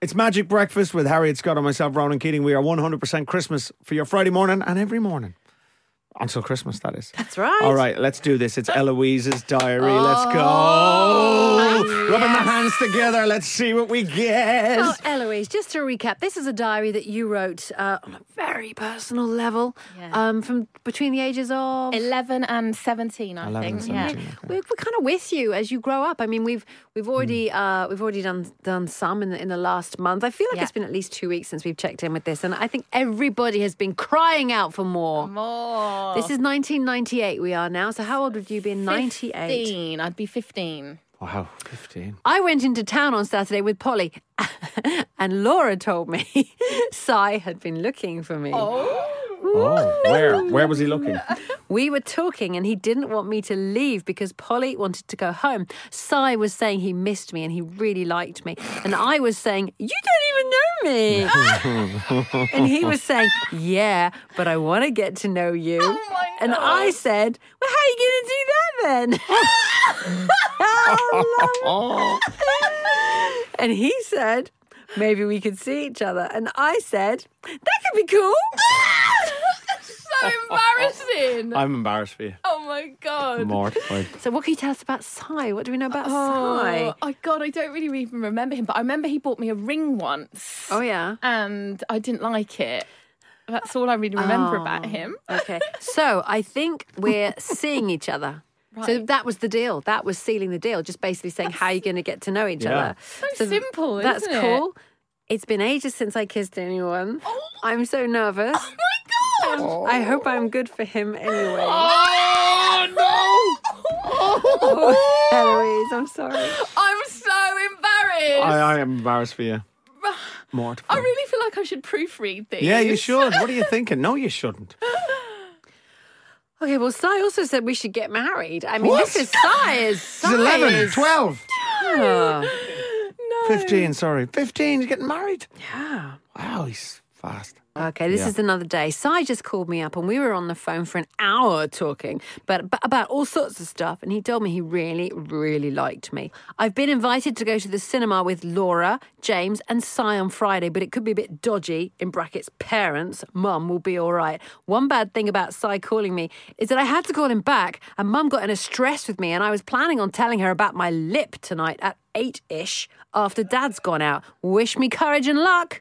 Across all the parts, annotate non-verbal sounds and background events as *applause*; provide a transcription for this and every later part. It's Magic Breakfast with Harriet Scott and myself, Ronan Keating. We are 100% Christmas for your Friday morning and every morning. Until Christmas, that is. That's right. All right, let's do this. It's Eloise's diary. Let's Oh. go. Rubbing the hands together. Let's see what we get. Oh, So, Oh, Eloise, just to recap, this is a diary that you wrote uh, on a very personal level Yeah. um, from between the ages of. 11 and 17, I 11 think. and yeah. 17, okay. We're, we're kind of with you as you grow up. I mean, we've we've already uh, we've already done done some in the, in the last month. I feel like Yeah. it's been at least two weeks since we've checked in with this, and I think everybody has been crying out for more. More. This is 1998. We are now. So how old would you be in 98? 15. I'd be 15. Wow, 15. I went into town on Saturday with Polly, *laughs* and Laura told me *laughs* Cy had been looking for me. Oh, where? Where was he looking? We were talking, and he didn't want me to leave because Polly wanted to go home. Cy was saying he missed me and he really liked me, and I was saying, "You don't even know me," and he was saying, "Yeah, but I want to get to know you." my and I said, "Well, how are you going to do that then?" I love Oh. and he said, maybe we could see each other. And I said, that could be cool. so embarrassing. I'm embarrassed for you. oh my God. Mortified. so, what can you tell us about Psy? What do we know about Oh, Psy? oh, God, I don't really even remember him, but I remember he bought me a ring once. Oh, yeah. And I didn't like it. That's all I really remember Oh, about him. Okay. So, I think *laughs* we're seeing each other. So Right. that was the deal. That was sealing the deal. Just basically saying how you're going to get to know each Yeah. other. So simple, That's isn't it? cool. It's been ages since I kissed anyone. Oh. I'm so nervous. Oh my God. I hope I'm good for him anyway. Oh no! Oh, Eloise, I'm sorry. *laughs* I'm so embarrassed. I, I, I am embarrassed for you. Mortified. really feel like I should proofread these. yeah, you should. What are you thinking? No, you *laughs* shouldn't. Okay, well, Sai also said we should get married. I mean, What? this is Sai is She's Sai 11, is- 12, Yeah. No. 15, sorry. 15, he's getting married. Yeah. Wow, he's fast. Okay, this Yeah. is another day. Sai just called me up, and we were on the phone for an hour talking, but, but about all sorts of stuff. And he told me he really, really liked me. I've been invited to go to the cinema with Laura, James, and Sai on Friday, but it could be a bit dodgy. In brackets, parents, mum will be all right. One bad thing about Sai calling me is that I had to call him back, and mum got in a stress with me, and I was planning on telling her about my lip tonight at eight ish after Dad's gone out. Wish me courage and luck.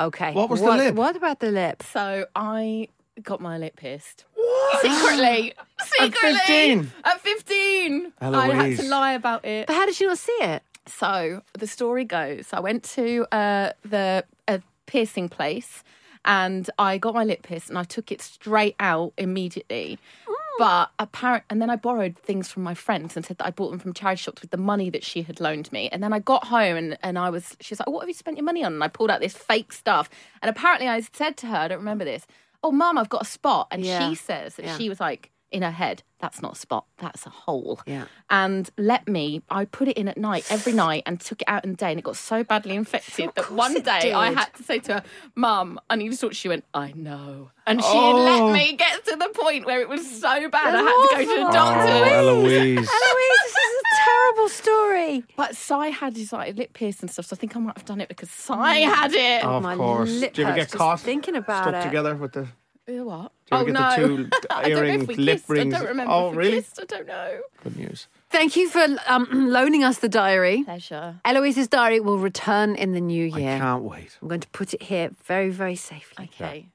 Okay. What was the lip? What about the lip? So I got my lip pierced. Secretly. Secretly. 15? At 15. I had to Eloise. lie about it. But how did you not see it? So the story goes I went to uh, the a piercing place and I got my lip pierced and I took it straight out immediately. But apparent, and then I borrowed things from my friends and said that I bought them from charity shops with the money that she had loaned me. And then I got home and, and I was, she was like, What have you spent your money on? And I pulled out this fake stuff. And apparently I said to her, I don't remember this, Oh, mum, I've got a spot. And Yeah. she says that Yeah. she was like, in her head, that's not a spot, that's a hole Yeah. and let me. I put it in at night every night and took it out in the day, and it got so badly infected that course one it day I did. had to say to her, "Mum, I need to talk." to you." She went, "I know," and she Oh. let me get to the point where it was so bad I That's had to go to awful. the doctor. Oh, *laughs* Eloise. Eloise, this is a terrible story. But Sai had his like lip pierce and stuff, so I think I might have done it because Sai had it. Of My course. lip Do you ever hurts get just caught? thinking about stuck it. together with the. You know what? Do you oh ever no! get the two *laughs* I don't know earring if we lip kissed. rings? I don't remember. oh, if we really? Kissed. I don't know. Good news. Thank you for um, *clears throat* loaning us the diary. Pleasure. Eloise's diary will return in the new I year. can't wait. I'm going to put it here very, very safely. Okay.